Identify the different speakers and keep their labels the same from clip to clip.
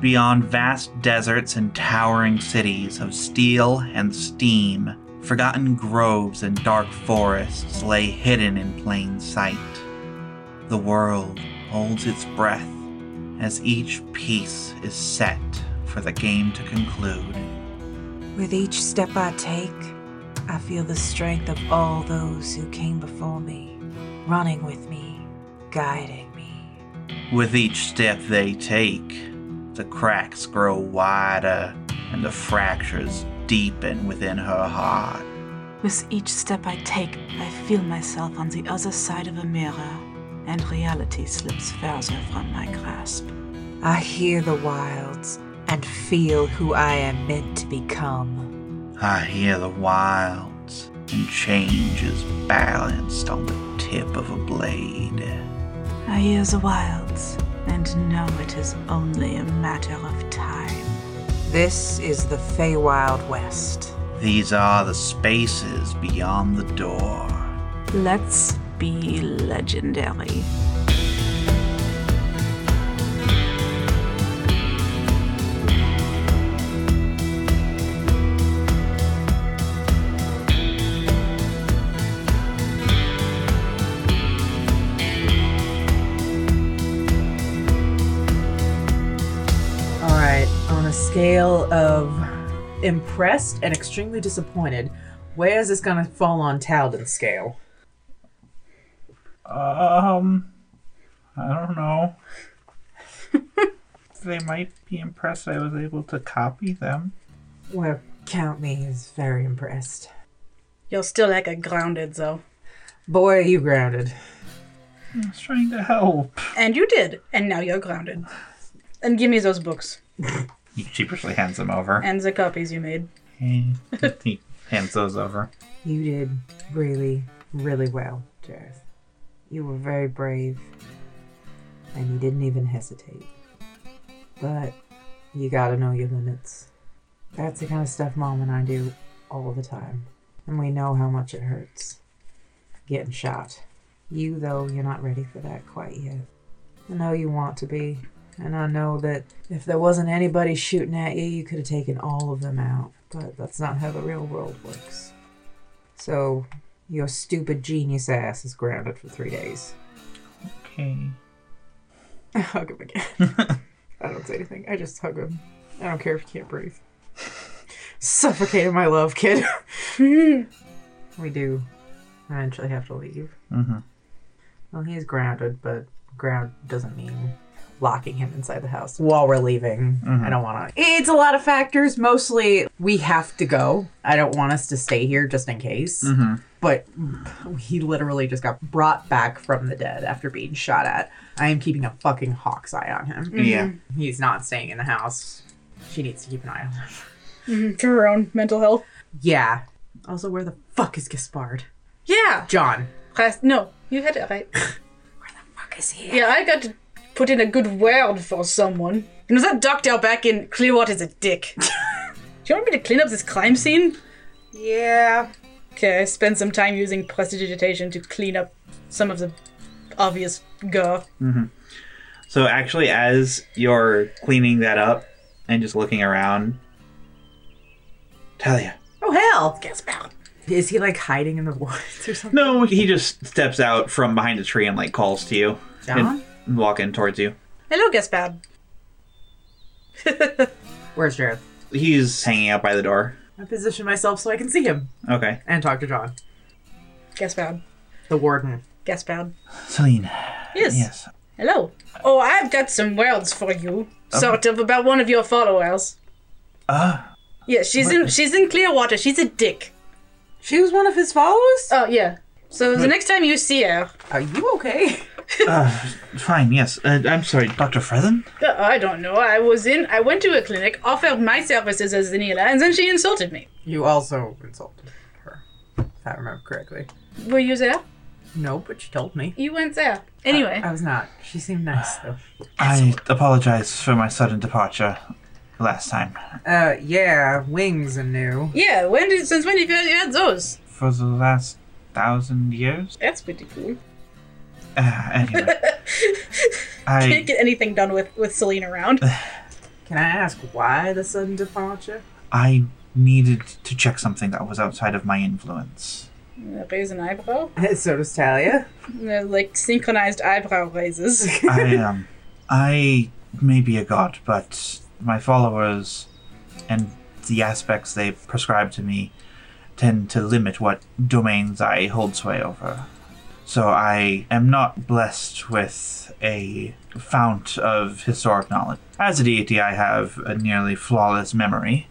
Speaker 1: beyond vast deserts and towering cities of steel and steam, forgotten groves and dark forests lay hidden in plain sight. The world holds its breath as each piece is set for the game to conclude.
Speaker 2: With each step I take, I feel the strength of all those who came before me, running with me, guiding me.
Speaker 1: With each step they take, the cracks grow wider and the fractures deepen within her heart.
Speaker 3: With each step I take, I feel myself on the other side of a mirror, and reality slips further from my grasp.
Speaker 2: I hear the wilds and feel who I am meant to become.
Speaker 1: I hear the wilds, and change is balanced on the tip of a blade.
Speaker 3: I hear the wilds, and know it is only a matter of time.
Speaker 2: This is the Feywild West.
Speaker 1: These are the spaces beyond the door.
Speaker 3: Let's be legendary.
Speaker 2: All right, on a scale of impressed and extremely disappointed, where is this going to fall on Talden's scale?
Speaker 1: Um, I don't know. they might be impressed I was able to copy them.
Speaker 2: Well, count me as very impressed.
Speaker 4: You're still like a grounded though.
Speaker 2: Boy, are you grounded.
Speaker 1: I was trying to help.
Speaker 4: And you did. And now you're grounded. And give me those books
Speaker 1: He sheepishly hands them over.
Speaker 4: and the copies you made.
Speaker 1: He, he hands those over.
Speaker 2: You did really, really well, Jareth. You were very brave, and you didn't even hesitate. But you gotta know your limits. That's the kind of stuff Mom and I do all the time, and we know how much it hurts. Getting shot. You, though, you're not ready for that quite yet. I know you want to be, and I know that if there wasn't anybody shooting at you, you could have taken all of them out, but that's not how the real world works. So your stupid genius ass is grounded for three days.
Speaker 1: Okay.
Speaker 2: I hug him again. I don't say anything. I just hug him. I don't care if he can't breathe. Suffocated my love, kid. we do eventually have to leave.
Speaker 1: Mm-hmm.
Speaker 2: Well, he's grounded, but ground doesn't mean locking him inside the house while we're leaving. I don't want to. It's a lot of factors. Mostly, we have to go. I don't want us to stay here just in case. But he literally just got brought back from the dead after being shot at. I am keeping a fucking hawk's eye on him.
Speaker 1: Yeah.
Speaker 2: He's not staying in the house. She needs to keep an eye on him.
Speaker 4: For her own mental health.
Speaker 2: Yeah. Also, where the fuck is Gaspard?
Speaker 4: Yeah.
Speaker 2: John.
Speaker 4: Rest- no, you had it right.
Speaker 2: Fuck is he?
Speaker 4: Yeah, I got to put in a good word for someone. You know, that doctor back in Clearwater's a dick. Do you want me to clean up this crime scene?
Speaker 2: Yeah.
Speaker 4: Okay, I spent some time using prestidigitation to clean up some of the obvious go.
Speaker 1: So actually, as you're cleaning that up and just looking around, Talia.
Speaker 2: Oh, hell.
Speaker 4: Guess about.
Speaker 2: Is he like hiding in the woods or something?
Speaker 1: No, he just steps out from behind a tree and like calls to you.
Speaker 2: John?
Speaker 1: And walking towards you.
Speaker 4: Hello, Gaspard.
Speaker 2: Where's Jared?
Speaker 1: He's hanging out by the door.
Speaker 2: I position myself so I can see him
Speaker 1: Okay.
Speaker 2: and talk to John,
Speaker 4: Gaspard.
Speaker 2: the warden.
Speaker 4: Gaspard.
Speaker 1: Celine.
Speaker 4: Yes.
Speaker 1: Yes.
Speaker 4: Hello. Oh, I've got some words for you, sort of, about one of your followers.
Speaker 1: Ah.
Speaker 4: Yeah, she's in she's in Clearwater. She's a dick.
Speaker 2: She was one of his followers?
Speaker 4: Oh, yeah. So the next time you see her,
Speaker 2: Are you okay?
Speaker 1: Fine, yes. Uh, I'm sorry, Dr. Frezin?
Speaker 4: Uh, I don't know. I was in. I went to a clinic, offered my services as Zanila, and then she insulted me.
Speaker 2: You also insulted her, if I remember correctly.
Speaker 4: Were you there?
Speaker 2: No, but she told me.
Speaker 4: You went there. Anyway,
Speaker 2: I was not. She seemed nice, though.
Speaker 1: I apologize for my sudden departure last time.
Speaker 2: Uh, yeah, wings are new.
Speaker 4: yeah. When did since when have you you had those?
Speaker 1: For the last thousand years?
Speaker 4: That's pretty cool.
Speaker 1: Uh, anyway. I,
Speaker 4: Can't get anything done with with Celine around.
Speaker 2: Can I ask why the sudden departure?
Speaker 1: I needed to check something that was outside of my influence.
Speaker 4: Uh, Raise an eyebrow.
Speaker 2: so does Talia.
Speaker 4: They're like synchronized eyebrow raises.
Speaker 1: I um, I may be a god, but my followers and the aspects they prescribe to me tend to limit what domains I hold sway over. So I am not blessed with a fount of historic knowledge. As a deity, I have a nearly flawless memory,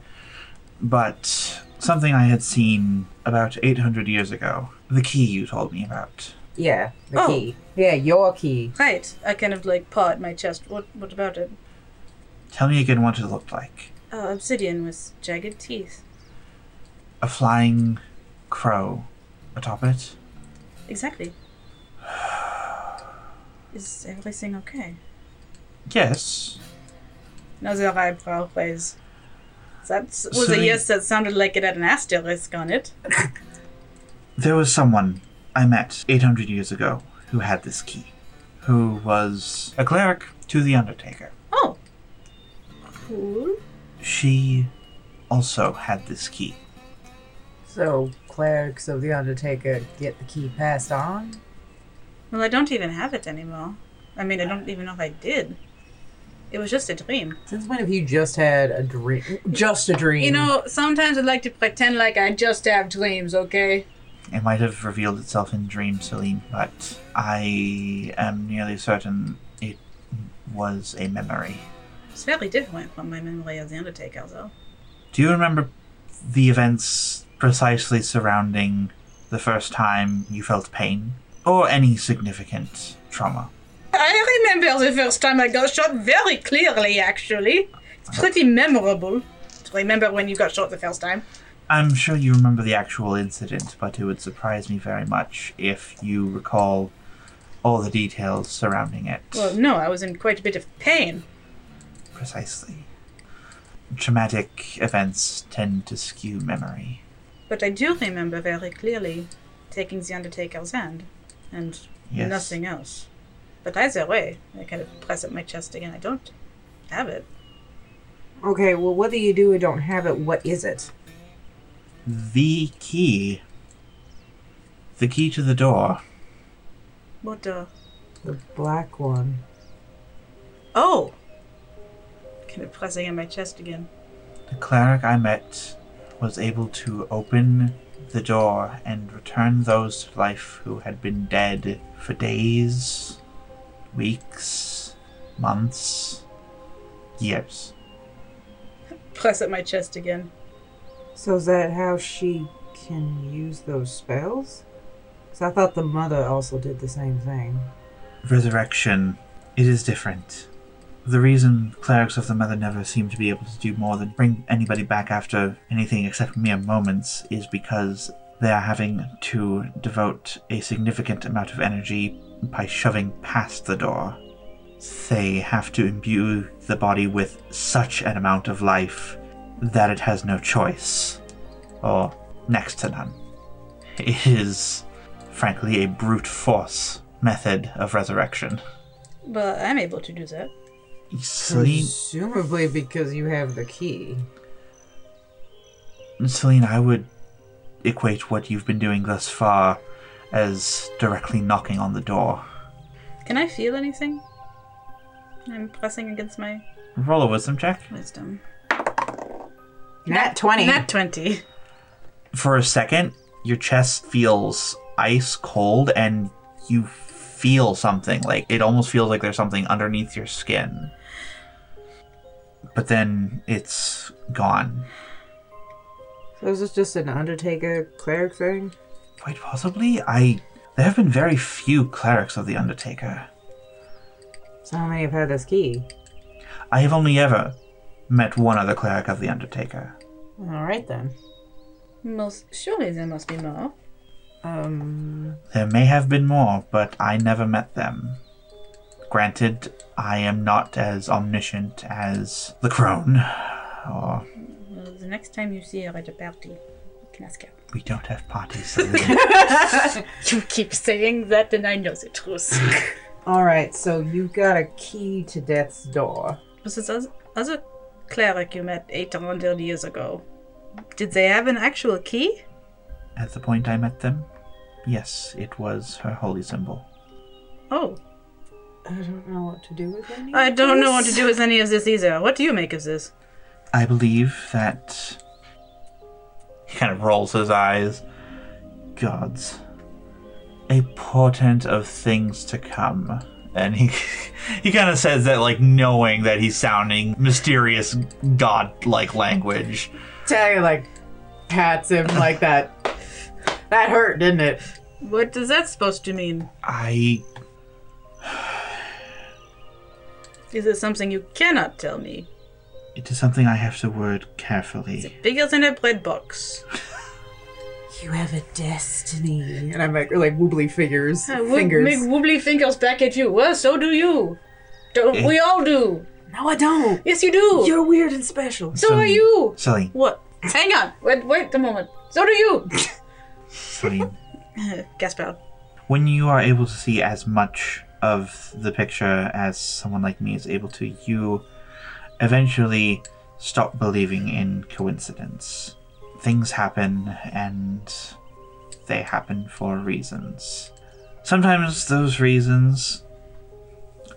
Speaker 1: but something I had seen about 800 years ago, the key you told me about.
Speaker 2: Yeah, the
Speaker 4: Oh.
Speaker 2: key. Yeah, your key.
Speaker 4: right. I kind of like paw at my chest. What what about it?
Speaker 1: Tell me again what it looked like.
Speaker 4: Uh, obsidian with jagged teeth.
Speaker 1: a flying crow atop it.
Speaker 4: Exactly. Is everything okay?
Speaker 1: Yes.
Speaker 4: Another eyebrow raise. That was
Speaker 1: So
Speaker 4: a
Speaker 1: you-
Speaker 4: yes that sounded like it had an asterisk on it.
Speaker 1: There was someone I met 800 years ago who had this key, who was a cleric to the Undertaker.
Speaker 4: Oh. Cool.
Speaker 1: She also had this key.
Speaker 2: So, clerics of the Undertaker get the key passed on?
Speaker 4: Well, I don't even have it anymore. I mean, I don't even know if I did. It was just a dream.
Speaker 2: Since when have you just had a dream? Just a dream.
Speaker 4: You know,
Speaker 1: Mm.
Speaker 4: sometimes I like to pretend like I just have dreams, okay?
Speaker 1: It might have revealed itself in dreams, Celine, but I am nearly certain it was a memory.
Speaker 4: It's very different from my memory of the Undertaker, though.
Speaker 1: Do you remember the events precisely surrounding the first time you felt pain? Or any significant trauma?
Speaker 4: I remember the first time I got shot very clearly, actually. It's pretty memorable. To remember when you got shot the first time.
Speaker 1: I'm sure you remember the actual incident, but it would surprise me very much if you recall all the details surrounding it.
Speaker 4: Well, no, I was in quite a bit of pain.
Speaker 1: precisely. Traumatic events tend to skew memory.
Speaker 4: But I do remember very clearly taking the Undertaker's hand and
Speaker 1: Yes.
Speaker 4: nothing else. But either way, I kind of press up my chest again. I don't have it.
Speaker 2: Okay, well, whether you do or don't have it, what is it?
Speaker 1: The key. The key to the door.
Speaker 4: What the?
Speaker 2: The black one.
Speaker 4: Oh! Kind of pressing on my chest again.
Speaker 1: The cleric I met was able to open the door and return those to life who had been dead for days, weeks, months, years.
Speaker 4: Press up my chest again.
Speaker 2: So, is that how she can use those spells? Because I thought the mother also did the same thing.
Speaker 1: Resurrection, it is different. The reason clerics of the Mother never seem to be able to do more than bring anybody back after anything except mere moments is because they are having to devote a significant amount of energy by shoving past the door. They have to imbue the body with such an amount of life that it has no choice, or next to none. It is, frankly, a brute force method of resurrection.
Speaker 4: But I'm able to do that.
Speaker 1: Celine,
Speaker 2: Presumably because you have the key.
Speaker 1: Celine, I would equate what you've been doing thus far as directly knocking on the door.
Speaker 4: Can I feel anything? I'm pressing against my
Speaker 1: Roll a wisdom check.
Speaker 4: wisdom.
Speaker 2: Nat 20.
Speaker 4: Nat 20.
Speaker 1: For a second, your chest feels ice cold and you feel something. Like, it almost feels like there's something underneath your skin. But then it's gone.
Speaker 5: So is this just an Undertaker cleric thing?
Speaker 1: Quite possibly. I. There have been very few clerics of the Undertaker.
Speaker 5: So how many have had this key?
Speaker 1: I have only ever met one other cleric of the Undertaker.
Speaker 5: All right then.
Speaker 4: Most surely there must be more.
Speaker 5: Um,
Speaker 1: There may have been more, but I never met them. Granted, I am not as omniscient as the crone, or
Speaker 4: Well, the next time you see her at a party, you can ask her.
Speaker 1: we don't have parties. Lily.
Speaker 4: You keep saying that, and I know the truth.
Speaker 5: all right. So you got a key to death's door.
Speaker 4: Was this oth- other cleric you met eight or hundred years ago? Did they have an actual key?
Speaker 1: At the point I met them, yes, it was her holy symbol.
Speaker 4: Oh,
Speaker 5: I don't know what to do with any.
Speaker 4: I don't know what to do with any of this either. What do you make of this?
Speaker 1: I believe that. He kind of rolls his eyes. Gods. A portent of things to come. And he he kind of says that, like, knowing that he's sounding mysterious, god like language.
Speaker 5: Talia like pats him like that. That hurt, didn't it?
Speaker 4: What is that supposed to mean?
Speaker 1: I.
Speaker 4: Is it something you cannot tell me?
Speaker 1: It is something I have to word carefully.
Speaker 4: Bigger than a bread box.
Speaker 5: You have a destiny. And I make like wobbly figures, fingers.
Speaker 4: Make wobbly fingers back at you. Well, so do you. Don't we all do?
Speaker 5: no, I don't.
Speaker 4: Yes, you do.
Speaker 5: You're weird and special.
Speaker 4: so are you.
Speaker 1: Um, Celine.
Speaker 4: What? Hang on. Wait, wait a moment. So do you.
Speaker 1: Celine.
Speaker 4: Gaspard.
Speaker 1: when you are able to see as much of the picture as someone like me is able to, you eventually stop believing in coincidence. Things happen, and they happen for reasons. Sometimes those reasons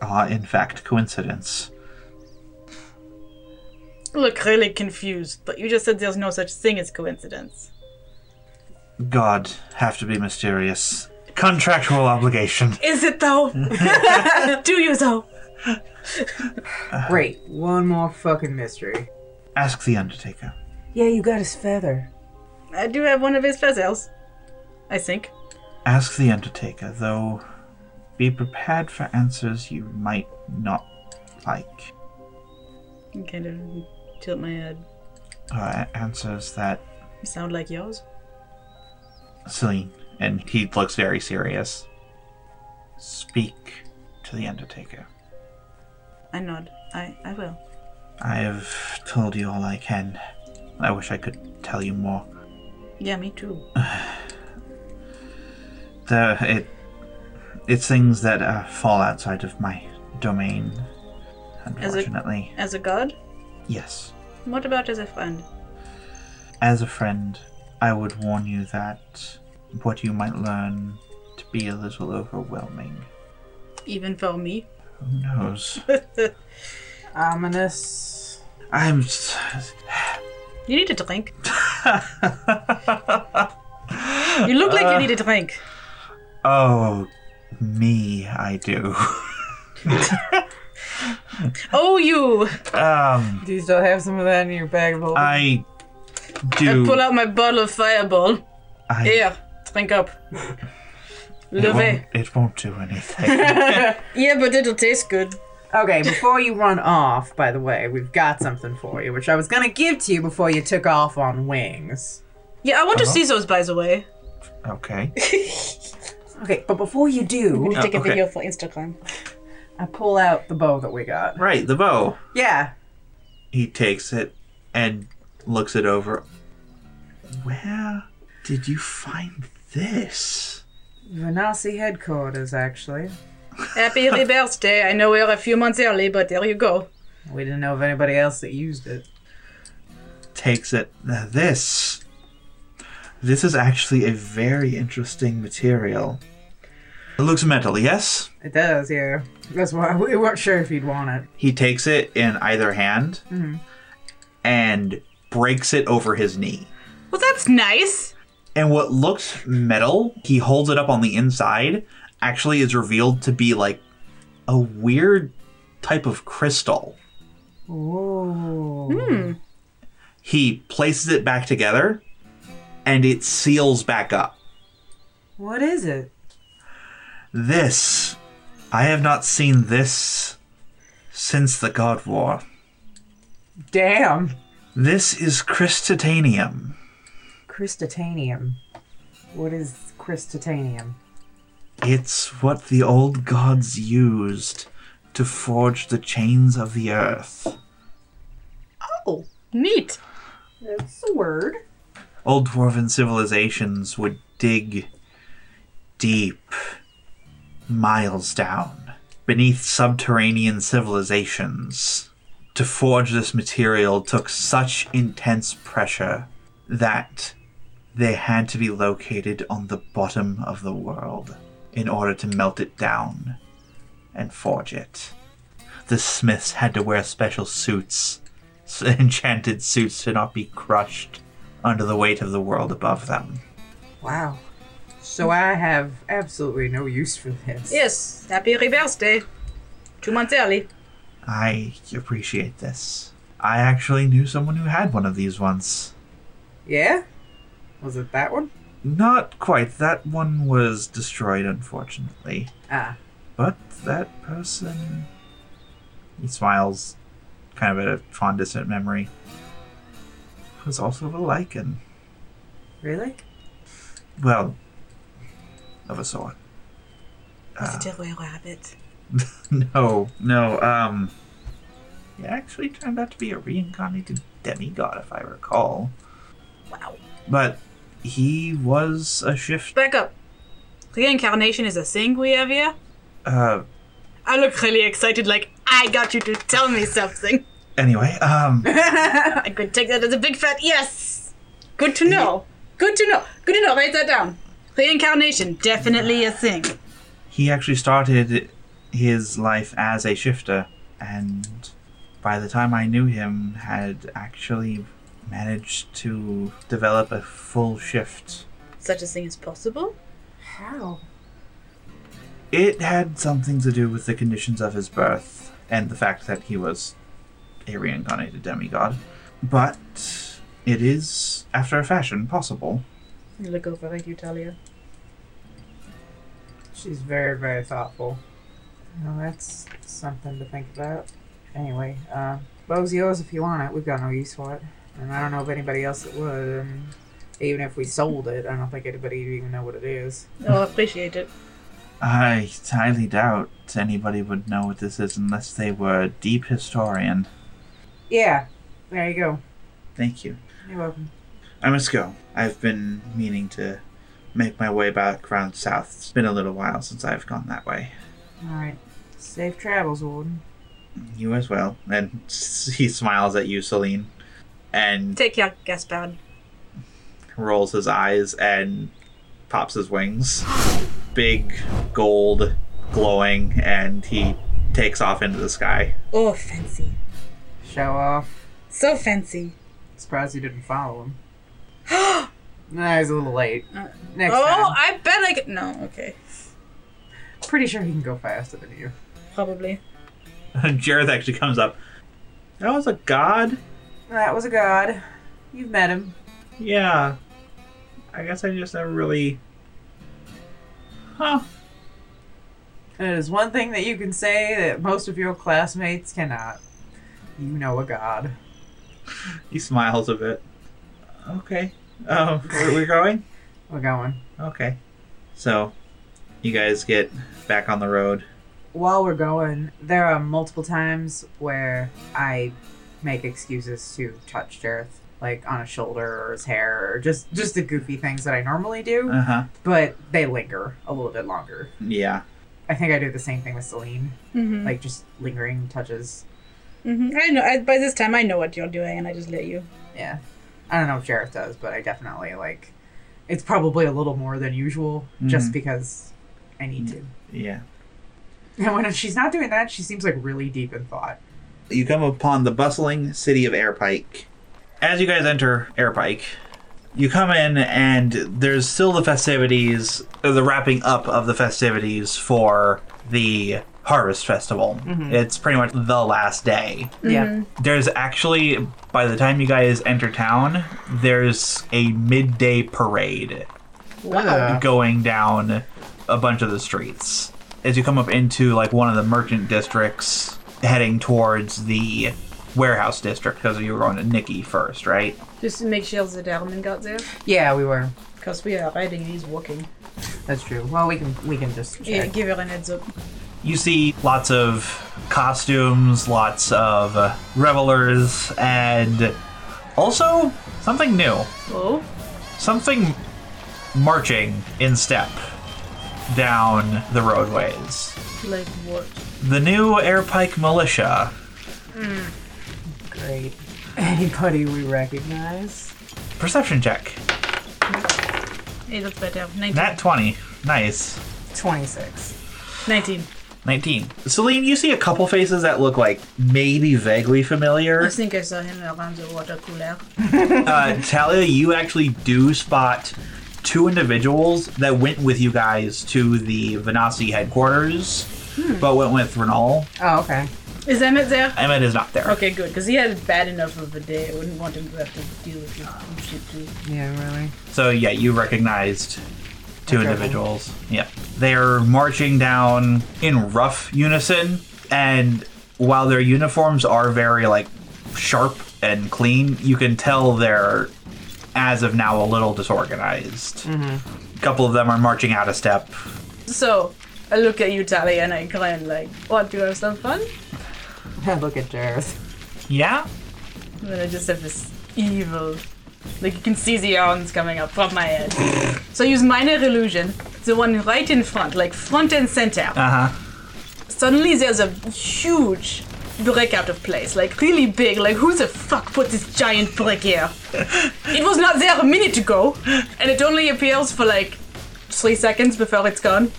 Speaker 1: are, in fact, coincidence.
Speaker 4: Look really confused, but you just said there's no such thing as coincidence.
Speaker 1: God have to be mysterious. Contractual obligation.
Speaker 4: Is it though? do you though?
Speaker 5: Great. One more fucking mystery.
Speaker 1: Ask the Undertaker.
Speaker 5: Yeah, you got his feather.
Speaker 4: I do have one of his feathers. I think.
Speaker 1: Ask the Undertaker, though be prepared for answers you might not like,
Speaker 4: I kind of tilt my head.
Speaker 1: or a- Uh, answers that
Speaker 4: Sound like yours?
Speaker 1: Celine, and he looks very serious. Speak to the Undertaker.
Speaker 4: I nod. I, I will.
Speaker 1: I have told you all I can. I wish I could tell you more.
Speaker 4: Yeah, me too.
Speaker 1: There, it, it's things that uh, fall outside of my domain,
Speaker 4: As a-
Speaker 1: unfortunately.
Speaker 4: As a god?
Speaker 1: Yes.
Speaker 4: What about as a friend?
Speaker 1: As a friend, I would warn you that what you might learn to be a little overwhelming.
Speaker 4: Even for me?
Speaker 1: Who knows?
Speaker 5: Ominous.
Speaker 1: I'm. s-
Speaker 4: You need a drink. you look like you
Speaker 1: Uh,
Speaker 4: need a drink.
Speaker 1: Oh, me, I do.
Speaker 4: Oh, you!
Speaker 1: Um,
Speaker 5: Do you still have some of that in your bag of holding?
Speaker 1: I
Speaker 4: I pull euh,
Speaker 1: do.
Speaker 4: out my bottle of fireball.
Speaker 1: I,
Speaker 4: Here, drink up.
Speaker 1: it, won't,
Speaker 4: Leve.
Speaker 1: it won't do anything.
Speaker 4: Yeah, but it'll taste good.
Speaker 5: Okay, before you run off, by the way, we've got something for you, which I was gonna give to you before you took off on wings.
Speaker 4: Yeah, I want to
Speaker 1: Uh-huh.
Speaker 4: see those, by the way.
Speaker 1: okay.
Speaker 5: Okay, but before you do,
Speaker 4: Take a
Speaker 1: okay.
Speaker 4: video for Instagram.
Speaker 5: I pull out the bow that we got.
Speaker 1: Right, the bow.
Speaker 5: Yeah.
Speaker 1: He takes it and looks it over. Where did you find this?
Speaker 5: Venasi headquarters, actually.
Speaker 4: Happy early birthday. I know we're a few months early, but there you go.
Speaker 5: We didn't know of anybody else that used it.
Speaker 1: takes it. Now this, this is actually a very interesting material. It looks metal, yes.
Speaker 5: It does, yeah. That's why we weren't sure if you'd want it.
Speaker 1: He takes it in either hand and breaks it over his knee.
Speaker 4: Well, that's nice.
Speaker 1: And what looked metal, he holds it up on the inside, actually is revealed to be like a weird type of crystal.
Speaker 5: Ooh.
Speaker 1: Hmm. He places it back together and it seals back up.
Speaker 5: What is it?
Speaker 1: This. I have not seen this since the God War.
Speaker 5: Damn.
Speaker 1: This is Christitanium.
Speaker 5: Christitanium. What is Christitanium?
Speaker 1: It's what the old gods used to forge the chains of the earth.
Speaker 5: Oh,
Speaker 4: Neat.
Speaker 5: that's a word.
Speaker 1: Old dwarven civilizations would dig deep, miles down, beneath subterranean civilizations. To forge this material took such intense pressure that they had to be located on the bottom of the world in order to melt it down and forge it. The smiths had to wear special suits, s- enchanted suits to not be crushed under the weight of the world above them.
Speaker 5: Wow. So I have absolutely no use for this.
Speaker 4: Yes. Happy reverse day. Two months early.
Speaker 1: Ah. I appreciate this. I actually knew someone who had one of these once.
Speaker 5: Yeah? Was it that one?
Speaker 1: Not quite. That one was destroyed, unfortunately.
Speaker 5: Ah.
Speaker 1: But that person. He smiles, kind of at a fond, distant memory. Was also of a lichen.
Speaker 5: Really?
Speaker 1: Well, of a sort.
Speaker 6: Is it a were rabbit?
Speaker 1: No, no, um. It actually turned out to be a reincarnated demigod, if I recall.
Speaker 4: Wow.
Speaker 1: But he was a shift.
Speaker 4: Back up. Reincarnation is a thing we have here.
Speaker 1: Uh,
Speaker 4: I look really excited, like I got you to tell me something.
Speaker 1: anyway, um.
Speaker 4: I could take that as a big fat yes. Good to know. Good to know. Good to know. Write that down. Reincarnation, definitely a thing.
Speaker 1: he actually started his life as a shifter and by the time i knew him had actually managed to develop a full shift
Speaker 4: Such a thing is possible.
Speaker 5: How?
Speaker 1: it had something to do with the conditions of his birth and the fact that he was a reincarnated demigod but it is after a fashion possible
Speaker 4: You look over at you, Talia.
Speaker 5: She's very, very thoughtful. Well, that's something to think about. Anyway, uh, bow's yours if you want it. We've got no use for it. And I don't know of anybody else that would. And even if we sold it, I don't think anybody would even know what it is.
Speaker 4: Oh, I appreciate it.
Speaker 1: i highly doubt anybody would know what this is unless they were a deep historian
Speaker 5: Yeah, there you go.
Speaker 1: thank you
Speaker 5: You're welcome.
Speaker 1: I must go. I've been meaning to make my way back around south. It's been a little while since I've gone that way.
Speaker 5: All right. Safe travels, Warden.
Speaker 1: You as well. And s- he smiles at you, Celine, and
Speaker 4: Take care, Gaspard.
Speaker 1: rolls his eyes and pops his wings. Big, gold, glowing, and he takes off into the sky.
Speaker 4: Oh, fancy.
Speaker 5: Show off.
Speaker 4: So fancy.
Speaker 5: Surprised you didn't follow him. nah, he's a little late. Next
Speaker 4: oh,
Speaker 5: time.
Speaker 4: I bet I could. No, okay.
Speaker 5: Pretty sure he can go faster than you.
Speaker 4: Probably.
Speaker 1: Jareth actually comes up. That was a god?
Speaker 5: That was a god. You've met him.
Speaker 1: Yeah. I guess I just never really. Huh.
Speaker 5: And it is one thing that you can say that most of your classmates cannot. You know a god.
Speaker 1: He smiles a bit. Okay. Um, we're, we're going?
Speaker 5: We're going.
Speaker 1: Okay. So, you guys get back on the road.
Speaker 5: While we're going, there are multiple times where I make excuses to touch Jareth, like on his shoulder or his hair, or just just the goofy things that I normally do,
Speaker 1: Uh huh.
Speaker 5: but they linger a little bit longer.
Speaker 1: Yeah.
Speaker 5: I think I do the same thing with Celine,
Speaker 4: Mm-hmm.
Speaker 5: like just lingering touches.
Speaker 4: mm-hmm. I know. I, by this time, I know what you're doing, and I just let you.
Speaker 5: Yeah, I don't know if Jareth does, but I definitely like. It's probably a little more than usual, just
Speaker 1: Mhm.
Speaker 5: because I need to.
Speaker 1: Yeah.
Speaker 5: And when she's not doing that, she seems like really deep in thought.
Speaker 1: You come upon the bustling city of Airpike. As you guys enter Airpike, you come in and there's still the festivities, the wrapping up of the festivities for the Harvest Festival. It's pretty much the last day.
Speaker 4: Mm-hmm.
Speaker 2: Yeah.
Speaker 1: There's actually, by the time you guys enter town, there's a midday parade
Speaker 4: Wow.
Speaker 1: going down a bunch of the streets. As you come up into like one of the merchant districts, heading towards the warehouse district, because you were going to Nikki first, right?
Speaker 4: Just to make sure the Derman got there.
Speaker 2: Yeah, we were.
Speaker 4: Because we are riding and he's walking.
Speaker 2: That's true. Well, we can we can just
Speaker 4: Yeah,
Speaker 2: check.
Speaker 4: give her an heads up.
Speaker 1: You see lots of costumes, lots of uh, revelers, and also something new.
Speaker 4: Oh?
Speaker 1: something marching in step down the roadways.
Speaker 4: Like what?
Speaker 1: The new Airpike Militia.
Speaker 2: Great. Anybody we recognize?
Speaker 1: Perception check.
Speaker 4: Hey, that's better. 19.
Speaker 1: Nat 20. Nice.
Speaker 2: Twenty six.
Speaker 4: 19.
Speaker 1: 19. Celine, you see a couple faces that look like maybe vaguely
Speaker 4: I
Speaker 1: familiar.
Speaker 4: think I saw him around the water cooler.
Speaker 1: Uh, Talia, you actually do spot two individuals that went with you guys to the Venasi headquarters, but went with Renal.
Speaker 2: Oh, okay.
Speaker 4: Is Emmett there?
Speaker 1: Emmett is not there.
Speaker 4: Okay, good, because he had bad enough of a day. I wouldn't want him to have to deal with your bullshit too.
Speaker 2: Yeah, really.
Speaker 1: So yeah, you recognized two
Speaker 2: Okay.
Speaker 1: individuals. Yeah. They're marching down in rough unison and while their uniforms are very like sharp and clean, you can tell they're as of now a little disorganized.
Speaker 2: Mm-hmm.
Speaker 1: A couple of them are marching out of step.
Speaker 4: So, I look at you, Tally, and I grin like, what, you have some fun?
Speaker 2: Look at Jareth.
Speaker 1: Yeah?
Speaker 4: And then I just have this evil, like you can see the arms coming up from my head. so I use minor illusion, the one right in front, like front and center.
Speaker 1: Uh-huh.
Speaker 4: Suddenly there's a huge brick out of place, like really big, like who the fuck put this giant brick here? it was not there a minute ago, and it only appears for like three seconds before it's gone.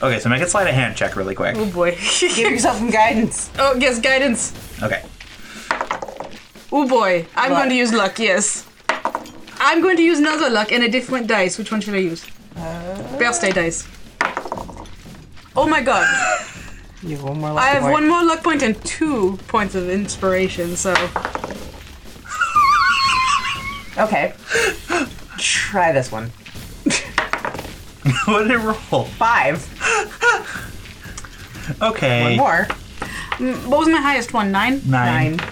Speaker 1: Okay, so make a slide of hand check really quick.
Speaker 2: Mm.
Speaker 4: Oh boy.
Speaker 2: Give yourself some guidance.
Speaker 4: oh, yes, guidance.
Speaker 1: Okay.
Speaker 4: Oh boy, I'm
Speaker 2: Luck.
Speaker 4: going to use luck, yes. I'm going to use another luck and a different dice. Which one should I use? Birthday dice. Oh my god.
Speaker 2: You have one more.
Speaker 4: I
Speaker 2: lucky
Speaker 4: have
Speaker 2: point.
Speaker 4: one more luck point and two points of inspiration, so.
Speaker 2: Okay. Try this one.
Speaker 1: what did it roll?
Speaker 2: Five. One
Speaker 1: Okay.
Speaker 2: more.
Speaker 4: Mm, What was my highest one? Nine?
Speaker 1: Nine.
Speaker 2: Nine.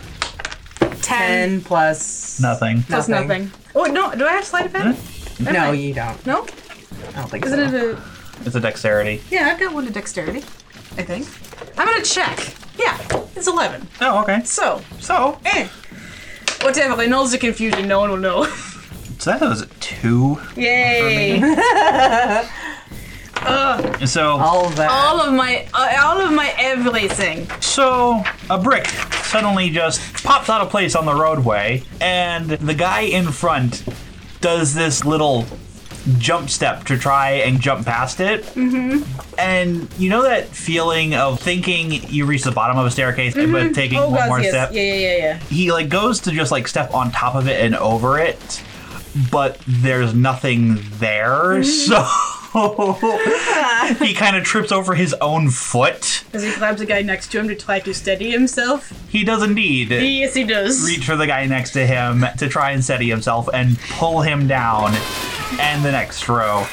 Speaker 4: Ten.
Speaker 2: Ten plus.
Speaker 1: Nothing.
Speaker 4: That's nothing. Oh, no, do I have sleight of hand?
Speaker 2: No, you don't.
Speaker 4: No?
Speaker 2: I don't think
Speaker 4: Isn't
Speaker 2: so.
Speaker 4: it a.
Speaker 1: It's a dexterity.
Speaker 4: Yeah, I've got one to dexterity, I think. I'm gonna check. Yeah, it's 11.
Speaker 1: Oh, okay.
Speaker 4: So,
Speaker 1: So,
Speaker 4: eh. Whatever, I know the confusion, no one will know.
Speaker 1: so that was a two.
Speaker 4: Yay!
Speaker 1: So
Speaker 2: All of that.
Speaker 4: all of my, uh, all of my everything.
Speaker 1: So, a brick suddenly just pops out of place on the roadway, and the guy in front does this little jump step to try and jump past it. Mm-hmm. And you know that feeling of thinking you reach the bottom of a staircase, but taking one more step?
Speaker 4: Mm-hmm. Oh, Yeah, yeah, yeah, yeah.
Speaker 1: He like goes to just like step on top of it and over it, but there's nothing there,
Speaker 4: Mm-hmm.
Speaker 1: so he kind of trips over his own foot.
Speaker 4: Because he grabs the guy next to him to try to steady himself.
Speaker 1: He does indeed.
Speaker 4: Yes, he does.
Speaker 1: reach for the guy next to him to try and steady himself and pull him down. And the next row,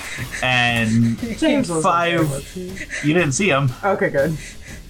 Speaker 1: and
Speaker 2: James was
Speaker 1: five. You didn't see him.
Speaker 2: Okay, good.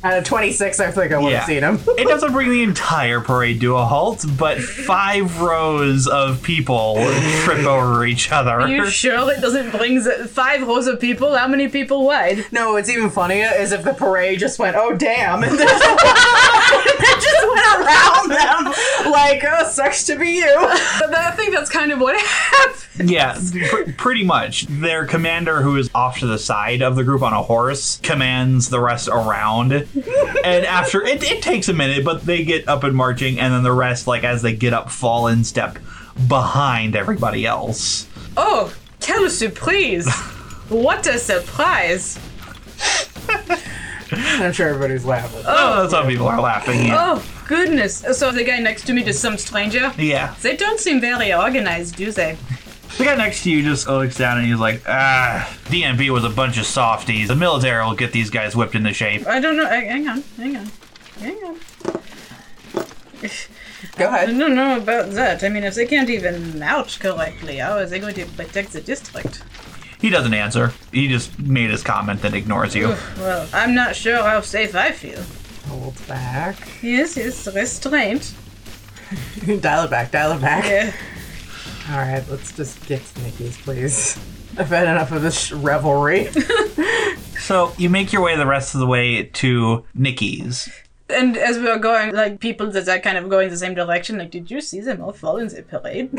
Speaker 2: Out of 26, I think I would
Speaker 1: Yeah.
Speaker 2: have seen him.
Speaker 1: It doesn't bring the entire parade to a halt, but five rows of people trip over each
Speaker 4: Are you
Speaker 1: other.
Speaker 4: sure it doesn't bring the five rows of people? How many people wide?
Speaker 2: No, what's even funnier is if the parade just went, oh damn, and then just, just went around them like, oh, sucks to be you.
Speaker 4: But I think that's kind of what happened.
Speaker 1: Yeah, pr- pretty much. Their commander, who is off to the side of the group on a horse, commands the rest around. and after it, it takes a minute, but they get up and marching, and then the rest, like as they get up, fall in step behind everybody else.
Speaker 4: Oh, quelle surprise! What a surprise!
Speaker 2: I'm sure everybody's laughing.
Speaker 1: Oh, that's why people are laughing. Yeah.
Speaker 4: Oh, goodness. So the guy next to me is some stranger?
Speaker 1: yeah.
Speaker 4: They don't seem very organized, do they?
Speaker 1: The guy next to you just looks down and he's like, ah, DMB was a bunch of softies. The military will get these guys whipped into shape.
Speaker 4: I don't know. I- Hang on, hang on, hang on.
Speaker 5: Go
Speaker 4: I
Speaker 5: ahead.
Speaker 4: don't know about that. I mean, if they can't even mount correctly, how are they going to protect the district?
Speaker 1: He doesn't answer. He just made his comment and ignores you.
Speaker 4: Well, I'm not sure how safe I feel.
Speaker 5: Hold back.
Speaker 4: Yes, yes, restraint.
Speaker 5: dial it back. Dial it back.
Speaker 4: Yeah.
Speaker 5: All right, let's just get to Nikki's, please. I've had enough of this revelry.
Speaker 1: So you make your way the rest of the way to Nikki's.
Speaker 4: And as we were going, like people that are kind of going the same direction, like, did you see them all fall in the parade?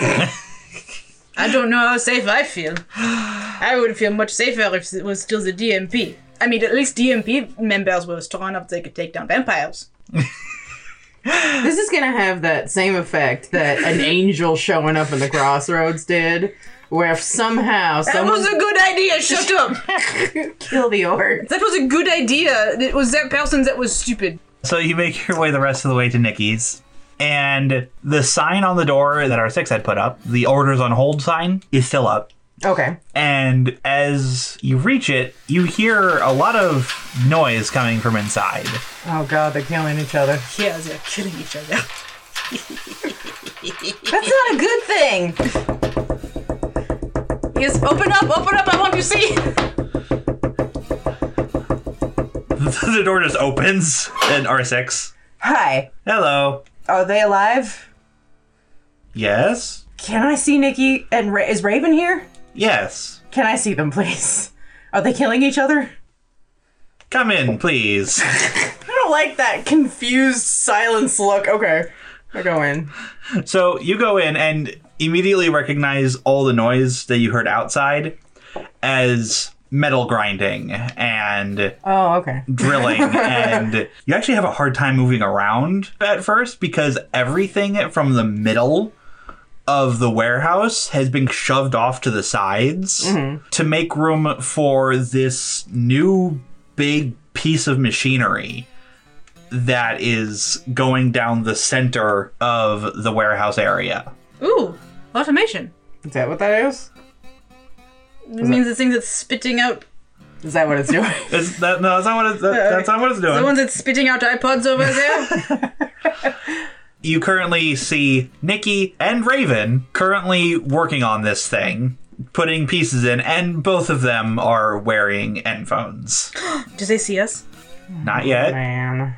Speaker 4: I don't know how safe I feel. I would feel much safer if it was still the DMP. I mean, at least DMP members were strong enough they could take down vampires.
Speaker 5: this is gonna have that same effect that an angel showing up in the crossroads did, where if somehow
Speaker 4: That
Speaker 5: someone
Speaker 4: was a good idea. Shut up.
Speaker 5: kill the orc.
Speaker 4: That was a good idea. It was that person that was stupid.
Speaker 1: So you make your way the rest of the way to Nikki's. And the sign on the door that our six had put up, the orders on hold sign, is still up.
Speaker 5: Okay.
Speaker 1: And as you reach it, you hear a lot of noise coming from inside.
Speaker 5: Oh god, they're killing each other.
Speaker 4: Yeah, they're killing each other.
Speaker 5: That's not a good thing.
Speaker 4: Yes, open up, open up. I want to see.
Speaker 1: the door just opens and R6.
Speaker 5: Hi.
Speaker 1: Hello.
Speaker 5: Are they alive?
Speaker 1: Yes?
Speaker 5: Can I see Nikki and Ra- is Raven here?
Speaker 1: Yes.
Speaker 5: Can I see them, please? Are they killing each other?
Speaker 1: Come in, please.
Speaker 5: I don't like that confused silence look. Okay. I go in.
Speaker 1: so you go in and immediately recognize all the noise that you heard outside as metal grinding and
Speaker 5: Oh, okay.
Speaker 1: drilling and you actually have a hard time moving around at first because everything from the middle of the warehouse has been shoved off to the sides to make room for this new big piece of machinery that is going down the center of the warehouse area.
Speaker 4: Ooh, automation.
Speaker 5: Is that what that is?
Speaker 4: It means the thing that's spitting out
Speaker 5: Is that what it's doing?
Speaker 1: Is that, no, that's not what it's, that, that's not what it's doing.
Speaker 4: The one that's spitting out iPods over there?
Speaker 1: you currently see Nikki and Raven currently working on this thing, putting pieces in, and both of them are wearing end phones.
Speaker 4: Do they see us?
Speaker 1: Not yet.
Speaker 5: Man.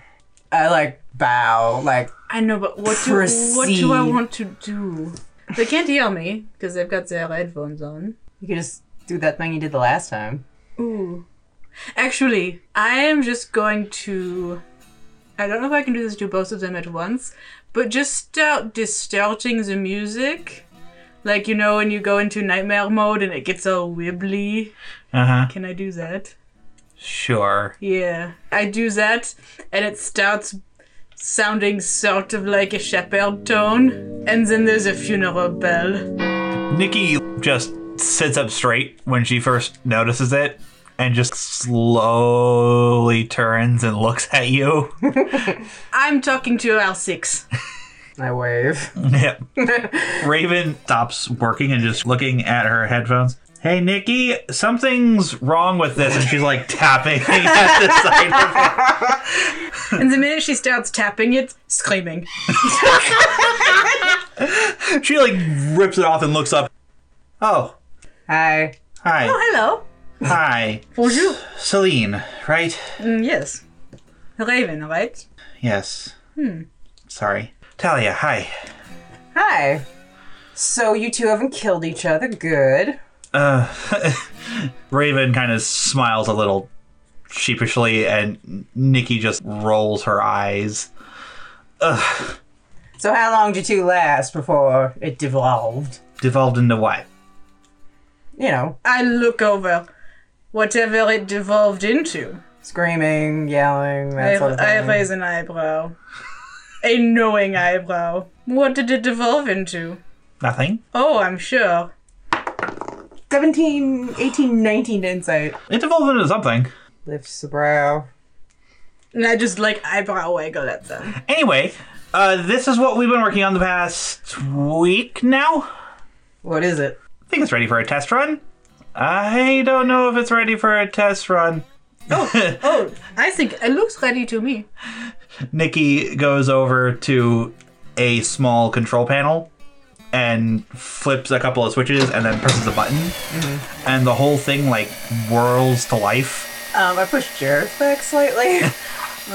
Speaker 5: I like bow, like
Speaker 4: I know, but what do, what do I
Speaker 5: Proceed.
Speaker 4: want to do? They can't hear me because they've got their headphones on.
Speaker 5: you could just do that thing you did the last time.
Speaker 4: Ooh. Actually, I am just going to. I don't know if I can do this to both of them at once, but just start distorting the music. Like, you know, when you go into nightmare mode and it gets all wibbly.
Speaker 1: Uh huh.
Speaker 4: Can I do that?
Speaker 1: Sure.
Speaker 4: Yeah, I do that, and it starts sounding sort of like a shepherd tone, and then there's a funeral bell.
Speaker 1: Nikki just sits up straight when she first notices it and just slowly turns and looks at you.
Speaker 4: I'm talking to L6.
Speaker 5: I wave.
Speaker 1: Yep. Raven stops working and just looking at her headphones. Hey Nikki, something's wrong with this, and she's like tapping at the side of it.
Speaker 4: and the minute she starts tapping it, screaming.
Speaker 1: She like rips it off and looks up. Oh,
Speaker 5: Hi.
Speaker 1: hi,
Speaker 4: Hello.
Speaker 1: Oh, hi,
Speaker 4: Bonjour.
Speaker 1: Celine, right?
Speaker 4: Mm, yes. Raven, right?
Speaker 1: Yes. Hmm. Sorry, Talia. Hi.
Speaker 5: Hi. So you two haven't killed each other. Good.
Speaker 1: Uh, Raven kind of smiles a little sheepishly, and Nikki just rolls her eyes.
Speaker 5: So how long did you two last before it devolved?
Speaker 1: Devolved into what?
Speaker 5: You know,
Speaker 4: I look over whatever it devolved into.
Speaker 5: screaming, yelling, that
Speaker 4: I,
Speaker 5: sort of thing.
Speaker 4: I raise an eyebrow. a knowing eyebrow. What did it devolve into?
Speaker 1: Nothing.
Speaker 4: Oh, I'm sure.
Speaker 5: 17, 18, 19 insight.
Speaker 1: It evolved into something.
Speaker 5: Lifts the brow.
Speaker 4: And I just like eyebrow waggle at them.
Speaker 1: Anyway, uh, this is what we've been working on the past week now.
Speaker 5: What is it?
Speaker 1: think it's ready for a test run. I don't know if it's ready for a test run.
Speaker 4: Oh, I think it looks ready to me.
Speaker 1: Nikki goes over to a small control panel and flips a couple of switches and then presses a button. And the whole thing like whirls to life.
Speaker 5: Um, I pushed Jareth back slightly.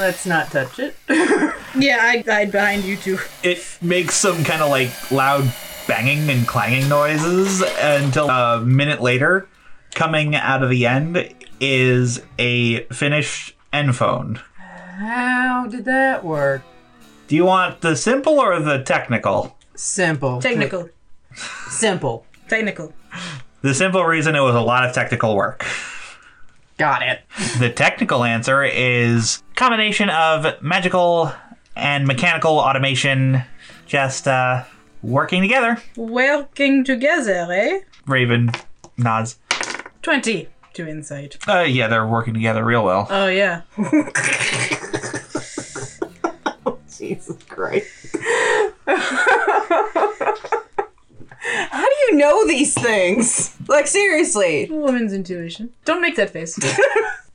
Speaker 5: Let's not touch it.
Speaker 4: Yeah, I died behind you too.
Speaker 1: It makes some kind of like loud banging and clanging noises until uh, a minute later, coming out of the end is a finished end phone.
Speaker 5: How did that work?
Speaker 1: Do you want the simple or the technical?
Speaker 5: Simple.
Speaker 4: Technical.
Speaker 5: Simple.
Speaker 4: Technical.
Speaker 1: The simple reason it was a lot of technical work.
Speaker 5: Got it.
Speaker 1: The technical answer is combination of magical and mechanical automation just uh, working together.
Speaker 4: Working together, eh?
Speaker 1: Raven nods.
Speaker 4: 20 to insight.
Speaker 1: Uh, yeah, they're working together real well.
Speaker 4: Oh, yeah.
Speaker 5: Jesus Christ. How do you know these things? Like, seriously.
Speaker 4: Woman's intuition. Don't make that face.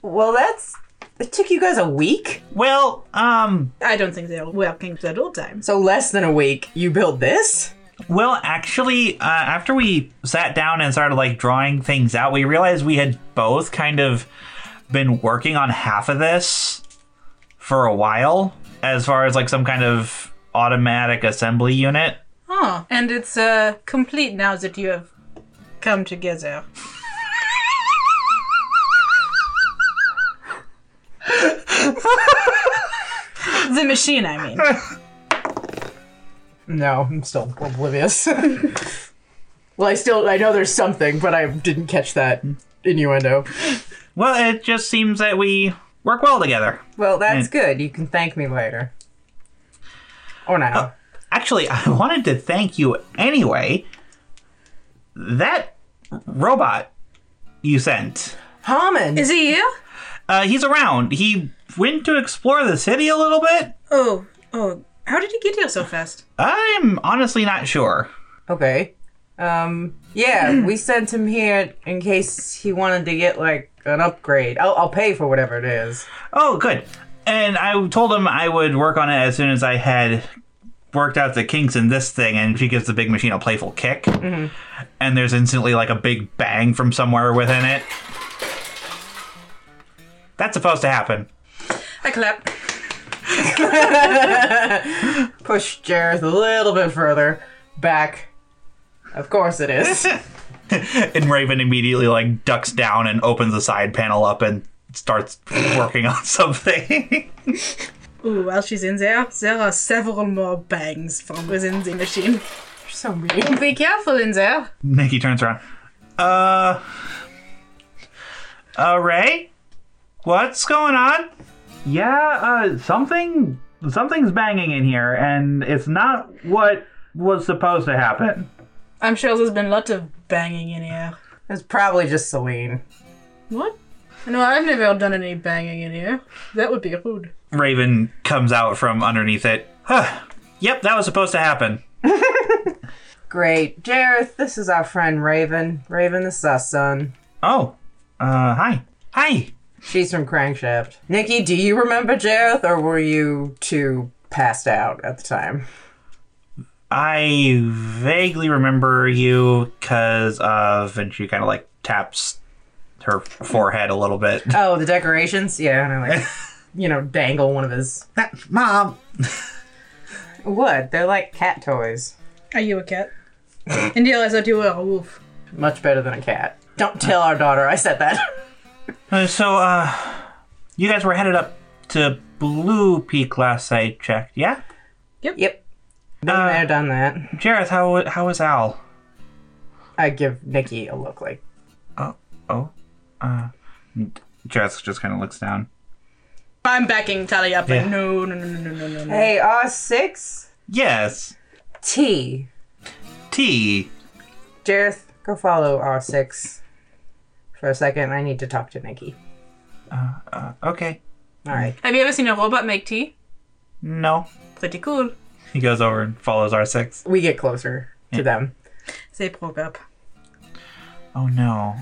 Speaker 5: Well, that's. It took you guys a week?
Speaker 1: Well, um,
Speaker 4: I don't think they're working at all times.
Speaker 5: So, less than a week, you build this?
Speaker 1: well, actually, uh, after we sat down and started like drawing things out, we realized we had both kind of been working on half of this for a while, as far as like some kind of automatic assembly unit.
Speaker 4: Oh, and it's uh, complete now that you have come together. the machine, I mean.
Speaker 5: No, I'm still oblivious. well, I still. I know there's something, but I didn't catch that innuendo.
Speaker 1: Well, it just seems that we work well together.
Speaker 5: Well, that's good. You can thank me later. Or now.
Speaker 1: Actually, I wanted to thank you anyway. That robot you sent,
Speaker 5: Hammond!
Speaker 4: Is he here?
Speaker 1: uh, he's around. He went to explore the city a little bit.
Speaker 4: Oh, oh. How did he get here so fast?
Speaker 1: I'm honestly not sure.
Speaker 5: Okay. Um, yeah, we sent him here in case he wanted to get like an upgrade. I'll, I'll pay for whatever it is.
Speaker 1: Oh, good. And I told him I would work on it as soon as I had worked out the kinks in this thing. And she gives the big machine a playful kick. And there's instantly like a big bang from somewhere within it. That's supposed to happen.
Speaker 4: I clap.
Speaker 5: Push Jareth a little bit further back. Of course it is.
Speaker 1: and Raven immediately like ducks down and opens the side panel up and starts working on something.
Speaker 4: Ooh, while she's in there, there are several more bangs from within the machine.
Speaker 5: so mean.
Speaker 4: Be careful in there.
Speaker 1: Nikki turns around. Uh, uh, Ray, what's going on? Yeah, uh, something, something's banging in here, and it's not what was supposed to happen.
Speaker 4: I'm sure there's been lots of banging in here.
Speaker 5: It's probably just Celine.
Speaker 4: What? No, I've never done any banging in here. That would be rude.
Speaker 1: Raven comes out from underneath it. Huh. Yep, that was supposed to happen.
Speaker 5: Great. Jareth, this is our friend Raven. Raven, this is our son.
Speaker 1: Oh, uh, hi, hi.
Speaker 5: She's from Crankshaft. Nikki, do you remember Jareth or were you too passed out at the time?
Speaker 1: I vaguely remember you because of, and she kind of like taps her forehead a little bit.
Speaker 5: Oh, the decorations? Yeah, and I like, you know, dangle one of his.
Speaker 1: Mom.
Speaker 5: What? They're like cat toys.
Speaker 4: Are you a cat? Indeed, I thought you were a wolf.
Speaker 5: Much better than a cat. Don't tell our daughter I said that.
Speaker 1: Uh, so, uh, you guys were headed up to Blue Peak last I checked, yeah?
Speaker 5: yep. Been there, done that.
Speaker 1: Jareth, how how is Al?
Speaker 5: I give Nikki a look like,
Speaker 1: Oh, uh, Jareth just kind of looks down.
Speaker 4: I'm backing Tally up. Like,
Speaker 1: Yeah.
Speaker 4: no, no, no, no, no, no, no.
Speaker 5: hey, R6?
Speaker 1: Yes,
Speaker 5: T.
Speaker 1: T.
Speaker 5: Jareth, go follow R6 for a second. I need to talk to Nikki.
Speaker 1: Okay,
Speaker 5: All right.
Speaker 4: Have you ever seen a robot make tea?
Speaker 1: no.
Speaker 4: Pretty cool.
Speaker 1: He goes over and follows R6.
Speaker 5: We get closer to them.
Speaker 4: They broke up.
Speaker 1: Oh no.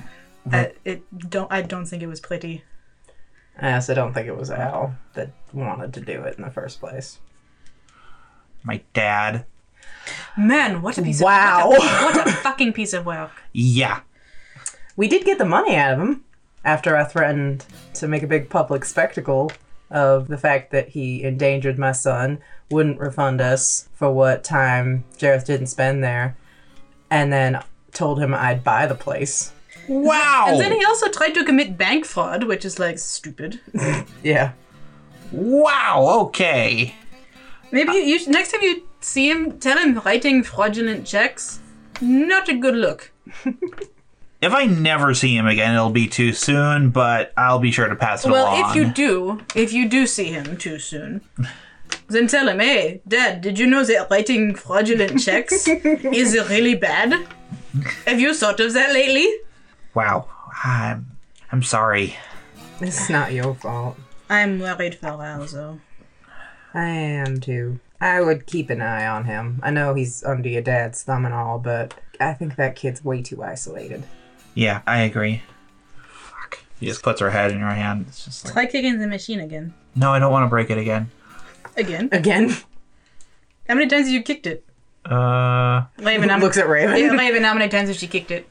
Speaker 4: I, it don't. I don't think it was pretty.
Speaker 5: I also don't think it was Al that wanted to do it in the first place.
Speaker 1: My dad.
Speaker 4: Man, what a piece
Speaker 5: Wow.
Speaker 4: of what a, what a fucking piece of work.
Speaker 1: Yeah.
Speaker 5: We did get the money out of him after I threatened to make a big public spectacle of the fact that he endangered my son, wouldn't refund us for what time Jareth didn't spend there, and then told him I'd buy the place.
Speaker 1: Wow.
Speaker 4: And
Speaker 5: Oh.
Speaker 4: then he also tried to commit bank fraud, which is like stupid.
Speaker 5: Yeah.
Speaker 1: Wow. Okay.
Speaker 4: Maybe you, you should- next time you see him, tell him writing fraudulent checks, not a good look.
Speaker 1: If I never see him again, it'll be too soon, but I'll be sure to pass it
Speaker 4: well,
Speaker 1: along.
Speaker 4: if you do, if you do see him too soon, then tell him, hey, Dad, did you know that writing fraudulent checks is really bad? Have you thought of that lately?
Speaker 1: Wow. I'm I'm sorry.
Speaker 5: This is not your fault.
Speaker 4: I'm worried for Alzo.
Speaker 5: I am too. I would keep an eye on him. I know he's under your dad's thumb and all, but I think that kid's way too isolated.
Speaker 1: Yeah, I agree. Fuck. He just puts her head in her hand. It's just like
Speaker 4: Try kicking the machine again.
Speaker 1: No, I don't want to break it again.
Speaker 4: Again?
Speaker 5: Again,
Speaker 4: How many times have you kicked it?
Speaker 1: Uh
Speaker 4: Raven, I'm,
Speaker 5: looks at Raven.
Speaker 4: yeah, Raven, how many times have she kicked it?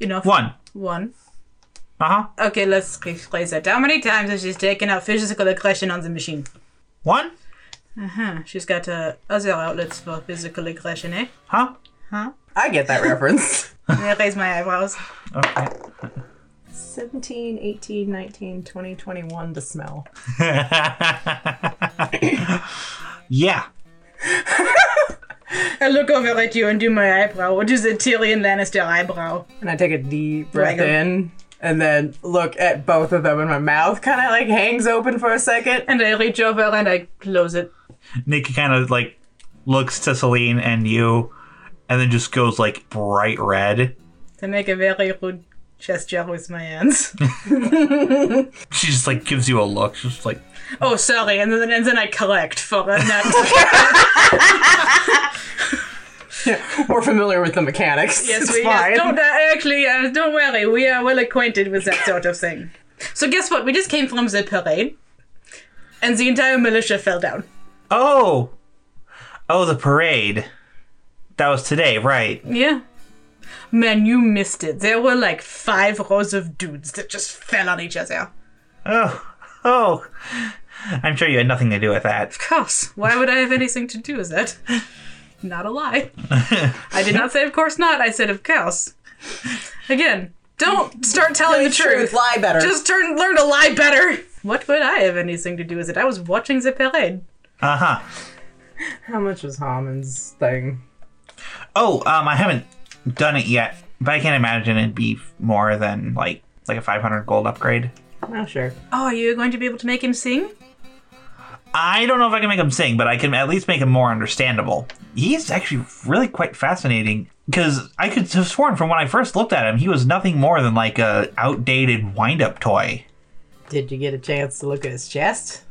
Speaker 4: Enough.
Speaker 1: one.
Speaker 4: One.
Speaker 1: Uh-huh.
Speaker 4: Okay, let's rephrase that. How many times has she taken out physical aggression on the machine?
Speaker 1: One?
Speaker 4: Uh-huh. She's got uh, other outlets for physical aggression, eh?
Speaker 1: Huh?
Speaker 5: I get that reference.
Speaker 4: I raise my eyebrows.
Speaker 1: Okay.
Speaker 5: 17, 18, 19, 20, 21 to smell.
Speaker 1: yeah.
Speaker 4: I look over at you and do my eyebrow, which is a Tyrion Lannister eyebrow.
Speaker 5: And I take a deep breath
Speaker 4: Right.
Speaker 5: in and then look at both of them, and my mouth kind of like hangs open for a second.
Speaker 4: And I reach over and I close it.
Speaker 1: Nikki kind of like looks to Celine and you and then just goes like bright red.
Speaker 4: I make a very rude gesture with my hands.
Speaker 1: She just like gives you a look. She's just like
Speaker 4: oh, sorry. And then, and then I collect for a nut.
Speaker 5: We're familiar with the mechanics.
Speaker 4: yes,
Speaker 5: it's
Speaker 4: we
Speaker 5: fine.
Speaker 4: yes, don't uh, actually uh, don't worry. We are well acquainted with that sort of thing. So guess what? We just came from the parade, and the entire militia fell down.
Speaker 1: Oh! Oh, the parade. That was today, right.
Speaker 4: Yeah. Man, you missed it. There were like five rows of dudes that just fell on each other.
Speaker 1: Oh, oh. I'm sure you had nothing to do with that.
Speaker 4: Of course. Why would I have anything to do with that? Not a lie. I did not say, of course not. I said, of course. Again, don't start telling the truth.
Speaker 5: Lie better.
Speaker 4: Just turn, learn to lie better. What would I have anything to do with it? I was watching the parade.
Speaker 1: Uh huh.
Speaker 5: How much was Harmon's thing?
Speaker 1: Oh, um, I haven't done it yet, but I can't imagine it'd be more than like like a 500 gold upgrade.
Speaker 5: Oh, sure.
Speaker 4: Oh, are you going to be able to make him sing?
Speaker 1: I don't know if I can make him sing, but I can at least make him more understandable. He's actually really quite fascinating because I could have sworn from when I first looked at him, he was nothing more than like a outdated wind-up toy.
Speaker 5: Did you get a chance to look at his chest?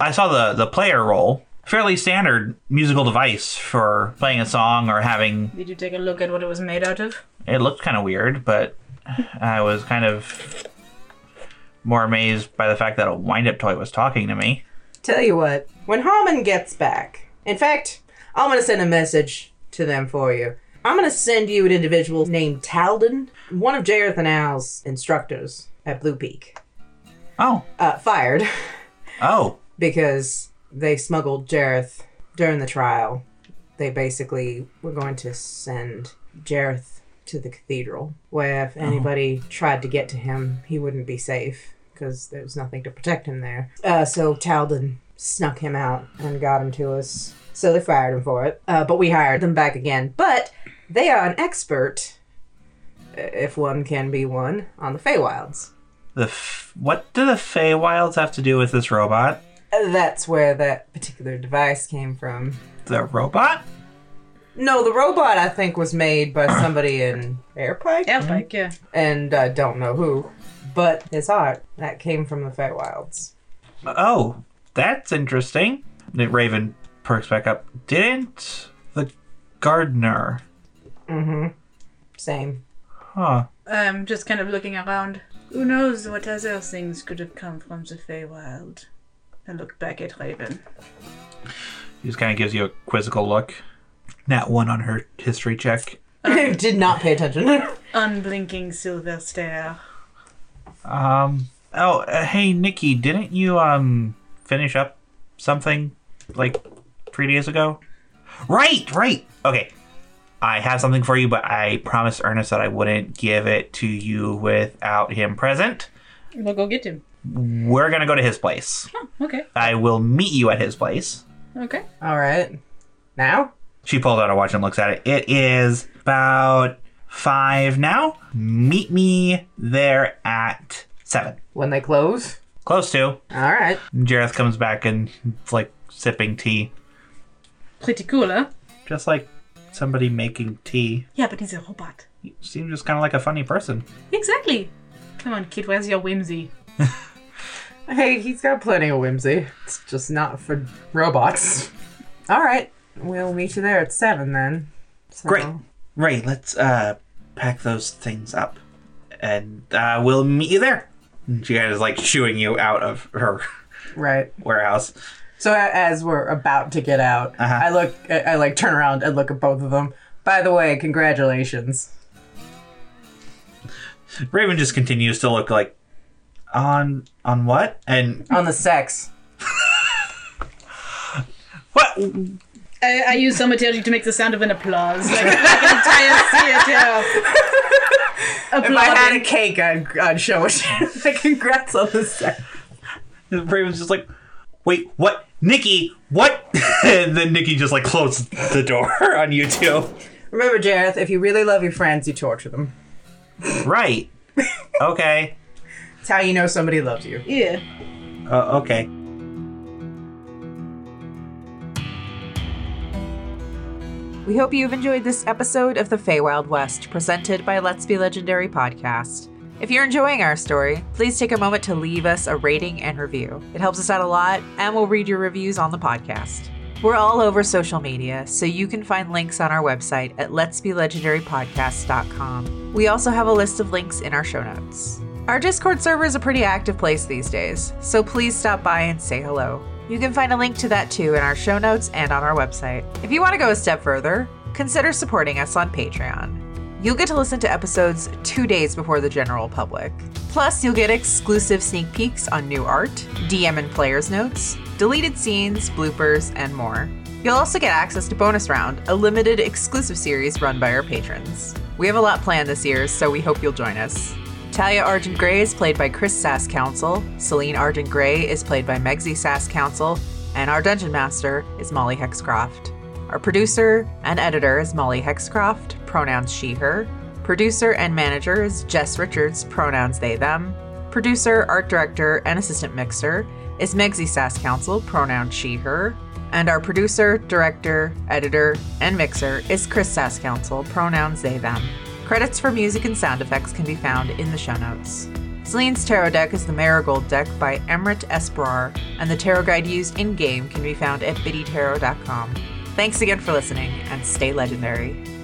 Speaker 1: I saw the the player role, fairly standard musical device for playing a song or having.
Speaker 4: Did you take a look at what it was made out of?
Speaker 1: It looked kind of weird, but I was kind of more amazed by the fact that a wind-up toy was talking to me.
Speaker 5: Tell you what, when Harmon gets back, in fact, I'm gonna send a message to them for you. I'm gonna send you an individual named Talden, one of Jareth and Al's instructors at Blue Peak.
Speaker 1: Oh,
Speaker 5: Uh, fired
Speaker 1: oh,
Speaker 5: because they smuggled Jareth during the trial. They basically were going to send Jareth to the cathedral, where if anybody tried to get to him, he wouldn't be safe because there was nothing to protect him there. Uh, so Talden snuck him out and got him to us. So they fired him for it, uh, but we hired them back again. But they are an expert, uh, if one can be one, on the Feywilds.
Speaker 1: the f- what do the Feywilds have to do with this robot?
Speaker 5: That's where that particular device came from.
Speaker 1: The robot?
Speaker 5: No, the robot I think was made by somebody in Airpike
Speaker 4: Airpike, yeah.
Speaker 5: and I don't know who, but his art that came from the Feywilds.
Speaker 1: Oh, that's interesting. The Raven perks back up. Didn't the gardener?
Speaker 5: Same.
Speaker 7: Huh.
Speaker 4: Um, just kind of looking around. Who knows what other things could have come from the Feywild? I look back at Raven.
Speaker 1: He just kind of gives you a quizzical look.
Speaker 7: Nat one on her history check.
Speaker 5: Did not pay attention.
Speaker 4: Unblinking silver stare.
Speaker 1: Um. Oh, uh, hey, Nikki, didn't you um finish up something like three days ago? Right, right. Okay, I have something for you, but I promised Ernest that I wouldn't give it to you without him present.
Speaker 4: We'll go get him.
Speaker 1: We're gonna go to his place.
Speaker 4: Okay,
Speaker 1: I will meet you at his place.
Speaker 4: okay.
Speaker 5: All right. Now?
Speaker 1: She pulls out her watch and looks at it. It is about five now. Meet me there at seven.
Speaker 5: When they close?
Speaker 1: Close to.
Speaker 5: All right.
Speaker 1: Jareth comes back and like sipping tea,
Speaker 4: Pretty cool, huh?
Speaker 1: just like somebody making tea.
Speaker 4: Yeah, but he's a robot.
Speaker 1: You seem just kind of like a funny person.
Speaker 4: Exactly. Come on, kid, where's your whimsy?
Speaker 5: Hey, he's got plenty of whimsy. It's just not for robots. All right. We'll meet you there at 7 then. So-
Speaker 7: Great. Ray, let's uh pack those things up. And uh, we'll meet you there.
Speaker 1: And She kind of is like shooing you out of her
Speaker 5: Right.
Speaker 1: warehouse.
Speaker 5: So a- as we're about to get out, I look, I, I like turn around and look at both of them. By the way, congratulations.
Speaker 1: Raven just continues to look like on on what and
Speaker 5: On the sex.
Speaker 1: what
Speaker 4: I, I use thaumaturgy to make the sound of an applause. Like, like an entire theater.
Speaker 5: If I had a cake, I'd, I'd show it. Like, congrats on the sex.
Speaker 1: Raven's just like, wait, what? Nikki, what? and then Nikki just like closed the door on you two.
Speaker 5: Remember, Jareth, if you really love your friends, you torture them.
Speaker 1: Right. Okay.
Speaker 5: It's how you know somebody loves you.
Speaker 4: Yeah.
Speaker 1: Uh, okay.
Speaker 2: We hope you've enjoyed this episode of the Feywild West, presented by Let's Be Legendary Podcast. If you're enjoying our story, please take a moment to leave us a rating and review. It helps us out a lot, and we'll read your reviews on the podcast. We're all over social media, so you can find links on our website at letsbelegendarypodcast.com. We also have a list of links in our show notes. Our Discord server is a pretty active place these days, so please stop by and say hello. You can find a link to that too in our show notes and on our website. If you want to go a step further, consider supporting us on Patreon. You'll get to listen to episodes two days before the general public. Plus, you'll get exclusive sneak peeks on new art, DM and players notes, deleted scenes, bloopers, and more. You'll also get access to Bonus Round, a limited exclusive series run by our patrons. We have a lot planned this year, so we hope you'll join us. Talia Argent Gray is played by Chris Sass Council. Celine Argent Gray is played by Megzi Sass Council. And our dungeon master is Molly Hexcroft. Our producer and editor is Molly Hexcroft, pronouns she, her. Producer and manager is Jess Richards, pronouns they, them. Producer, art director, and assistant mixer is Megzi Sass Council, pronouns she, her. And our producer, director, editor, and mixer is Chris Sass Council, pronouns they, them. Credits for music and sound effects can be found in the show notes. Celine's tarot deck is the Marigold deck by Emrit Esperar, and the tarot guide used in game can be found at biddytarot.com. Thanks again for listening, and stay legendary.